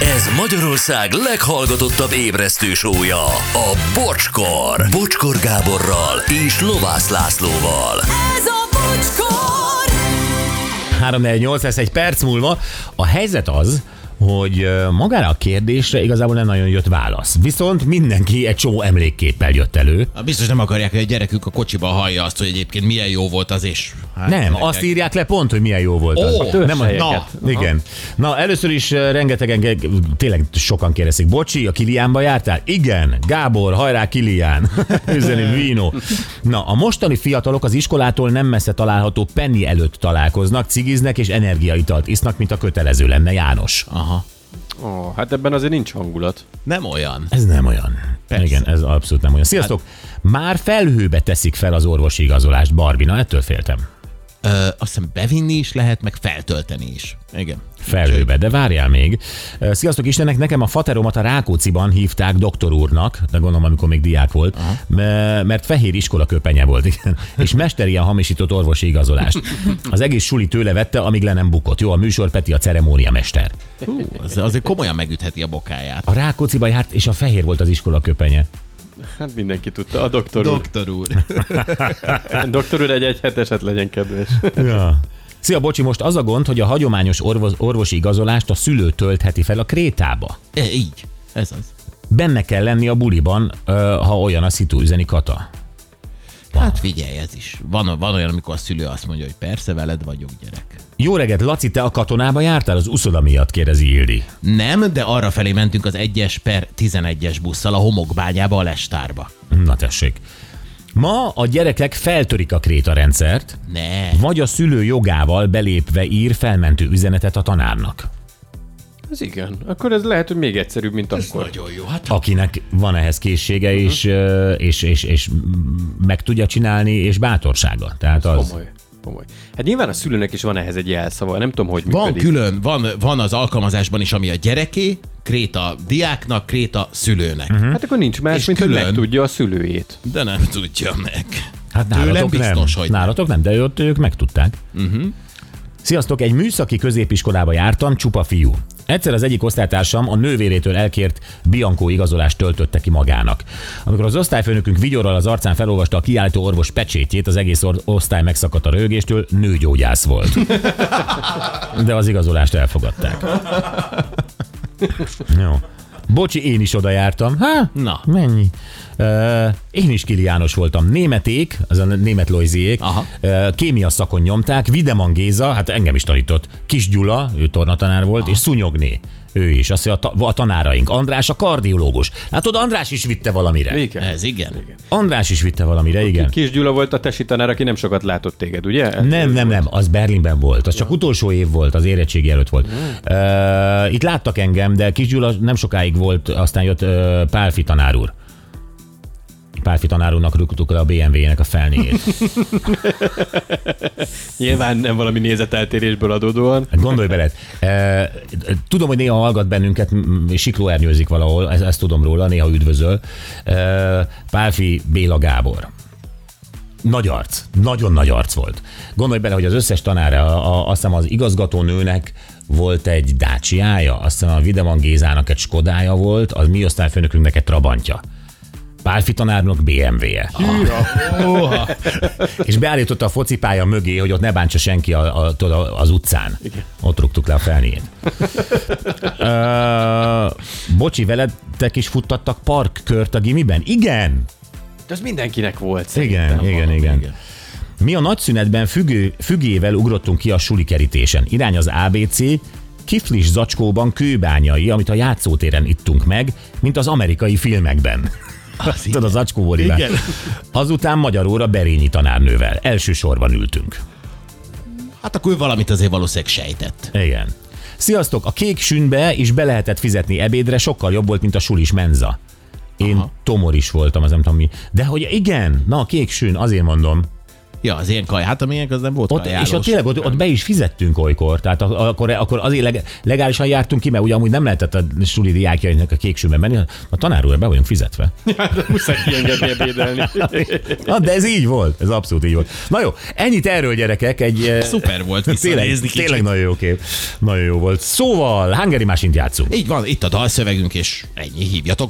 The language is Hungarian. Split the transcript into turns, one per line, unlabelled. Ez Magyarország leghallgatottabb ébresztő sója, a Bocskor. Bocskor Gáborral és Lovász Lászlóval.
Ez a bocskor!
348 lesz egy perc múlva. A helyzet az, hogy ö, magára a kérdésre igazából nem nagyon jött válasz. Viszont mindenki egy csomó emlékképpel jött elő.
Hát Biztos nem akarják, hogy a gyerekük a kocsiba hallja azt, hogy egyébként milyen jó volt az és. Hát,
Nem,
gyerekek.
azt írják le pont, hogy milyen jó volt az.
Ó, a
nem,
törzshelyeket.
na, igen. Na, először is ö, rengetegen, ge- tényleg sokan kérdezik. Bocsi, a Kiliánba jártál? Igen, Gábor, hajrá Kilián. Üzeni Vino. Na, a mostani fiatalok az iskolától nem messze található Penny előtt találkoznak, cigiznek és energiaitalt isznak, mint a kötelező lenne János.
Aha.
Ó, hát ebben azért nincs hangulat.
Nem olyan.
Ez nem olyan. Persze.
Persze. Hát-
Igen, ez abszolút nem olyan. Sziasztok! Már felhőbe teszik fel az orvosi igazolást, Barbie. Na, ettől féltem.
Ö, azt hiszem bevinni is lehet, meg feltölteni is. Igen.
Felhőbe, de várjál még. Ö, Sziasztok Istennek, nekem a fateromat a Rákóciban hívták doktor úrnak, de gondolom, amikor még diák volt, m- mert fehér iskola köpenye volt, igen. és mester ilyen hamisított orvosi igazolást. Az egész suli tőle vette, amíg le nem bukott. Jó, a műsor Peti a ceremónia mester.
Hú, az, azért komolyan megütheti a bokáját.
A Rákóciba járt, és a fehér volt az iskola köpenye.
Hát mindenki tudta. A doktor úr.
Doktor úr.
doktor úr egy egy heteset legyen kedves.
Ja. Szia, bocsi, most az a gond, hogy a hagyományos orvos, orvosi igazolást a szülő töltheti fel a krétába.
E, így. Ez az.
Benne kell lenni a buliban, ö, ha olyan a szitu, üzeni Kata.
Hát figyelj, ez is. Van, van olyan, amikor a szülő azt mondja, hogy persze veled vagyok, gyerek.
Jó reggelt, Laci, te a katonába jártál? Az uszoda miatt kérdezi Ildi.
Nem, de arra felé mentünk az 1-es per 11-es busszal a homokbányába, a lestárba.
Na tessék. Ma a gyerekek feltörik a krétarendszert,
Ne.
vagy a szülő jogával belépve ír felmentő üzenetet a tanárnak,
Ez igen. Akkor ez lehet, hogy még egyszerűbb, mint akkor.
Nagyon jó. Hát
akinek van ehhez készsége és, ö, és, és, és meg tudja csinálni, és bátorsága. Tehát az.
Komoly. Komoly. Hát nyilván a szülőnek is van ehhez egy jelszava, nem tudom, hogy
Van
működik.
külön, van, van az alkalmazásban is, ami a gyereké, kréta diáknak, kréta szülőnek.
Mhm.
Uh-huh.
Hát akkor nincs más,
És
mint
külön.
hogy megtudja a szülőjét.
De nem tudja meg.
Hát
Tőlem
nálatok
biztos,
nem.
hogy nem. Mhm.
nálatok nem, de ott ők megtudták. Uh-huh. Sziasztok, egy műszaki középiskolába jártam, csupa fiú. Egyszer az egyik osztálytársam a nővérétől elkért Bianco igazolást töltötte ki magának. Amikor az osztályfőnökünk vigyorral az arcán felolvasta a kiállító orvos pecsétjét, az egész or- osztály megszakadt a rögéstől, nőgyógyász volt. De az igazolást elfogadták. Jó. Bocsi, én is oda jártam. Há?
Na.
Mennyi? Ö, én is Kiliános voltam. Németék, az a német Lojziék,
Aha.
ö, kémia szakon nyomták, Videman Géza, hát engem is tanított, Kis Gyula, ő tornatanár volt, és Szunyogné, ő is, azt mondja, a, ta- a tanáraink. András a kardiológus. Látod, András is vitte valamire.
Igen.
Ez igen. igen.
András is vitte valamire, igen.
Kis Gyula volt a tesi tanár, aki nem sokat látott téged, ugye?
Nem, nem, nem, az Berlinben volt, az csak utolsó év volt, az érettségi előtt volt. Uh, itt láttak engem, de Kis Gyula nem sokáig volt, aztán jött uh, Pálfi tanár úr. Pálfi tanár úrnak rúgtuk le a BMW-nek a felnéjét.
Nyilván nem valami nézeteltérésből adódóan.
Hát Gondolj bele, e, tudom, hogy néha hallgat bennünket, m- m- Sikló ernyőzik valahol, ezt, ezt tudom róla, néha üdvözöl. E, Pálfi Béla Gábor. Nagy arc, nagyon nagy arc volt. Gondolj bele, hogy az összes tanára, a, a, azt hiszem az igazgatónőnek volt egy dácsiája, azt hiszem a Videman Gézának egy Skodája volt, az mi osztályfőnökünknek egy Trabantja. Pálfi tanárnak BMW-je.
Óha.
És beállította a focipálya mögé, hogy ott ne bántsa senki a, a, tudod, a, az utcán. Igen. Ott rúgtuk le a felnét. uh, bocsi, veletek is futtattak parkkört a gimiben? Igen!
De az mindenkinek volt.
Igen, igen, igen, igen. Mi a nagyszünetben függő, fügével ugrottunk ki a suli kerítésen. Irány az ABC, kiflis zacskóban kőbányai, amit a játszótéren ittunk meg, mint az amerikai filmekben.
Az
Tudod,
igen.
az acskó
Igen.
Azután magyar óra Berényi tanárnővel. Elsősorban ültünk.
Hát akkor ő valamit azért valószínűleg sejtett.
Igen. Sziasztok! A kék sünbe is be lehetett fizetni ebédre, sokkal jobb volt, mint a sulis menza. Én Aha. tomor is voltam, az nem tudom mi. De hogy igen, na a kék sün, azért mondom.
Ja, az ilyen kaj. Hát a miénk az nem volt
Ott,
kajálós.
és ott tényleg ott, ott be is fizettünk olykor, tehát ak- akkor, akkor azért leg, legálisan jártunk ki, mert ugye amúgy nem lehetett a suli diákjainak a kéksőbe menni, hanem a tanár úr, be vagyunk fizetve.
Muszáj kiengedni ebédelni.
Na, de ez így volt, ez abszolút így volt. Na jó, ennyit erről gyerekek, egy... eh,
Szuper volt
Tényleg,
visszanézni
tényleg nagyon jó kép. Nagyon jó volt. Szóval, Hungary Másint játszunk.
Így van, itt a dalszövegünk, és ennyi, hívjatok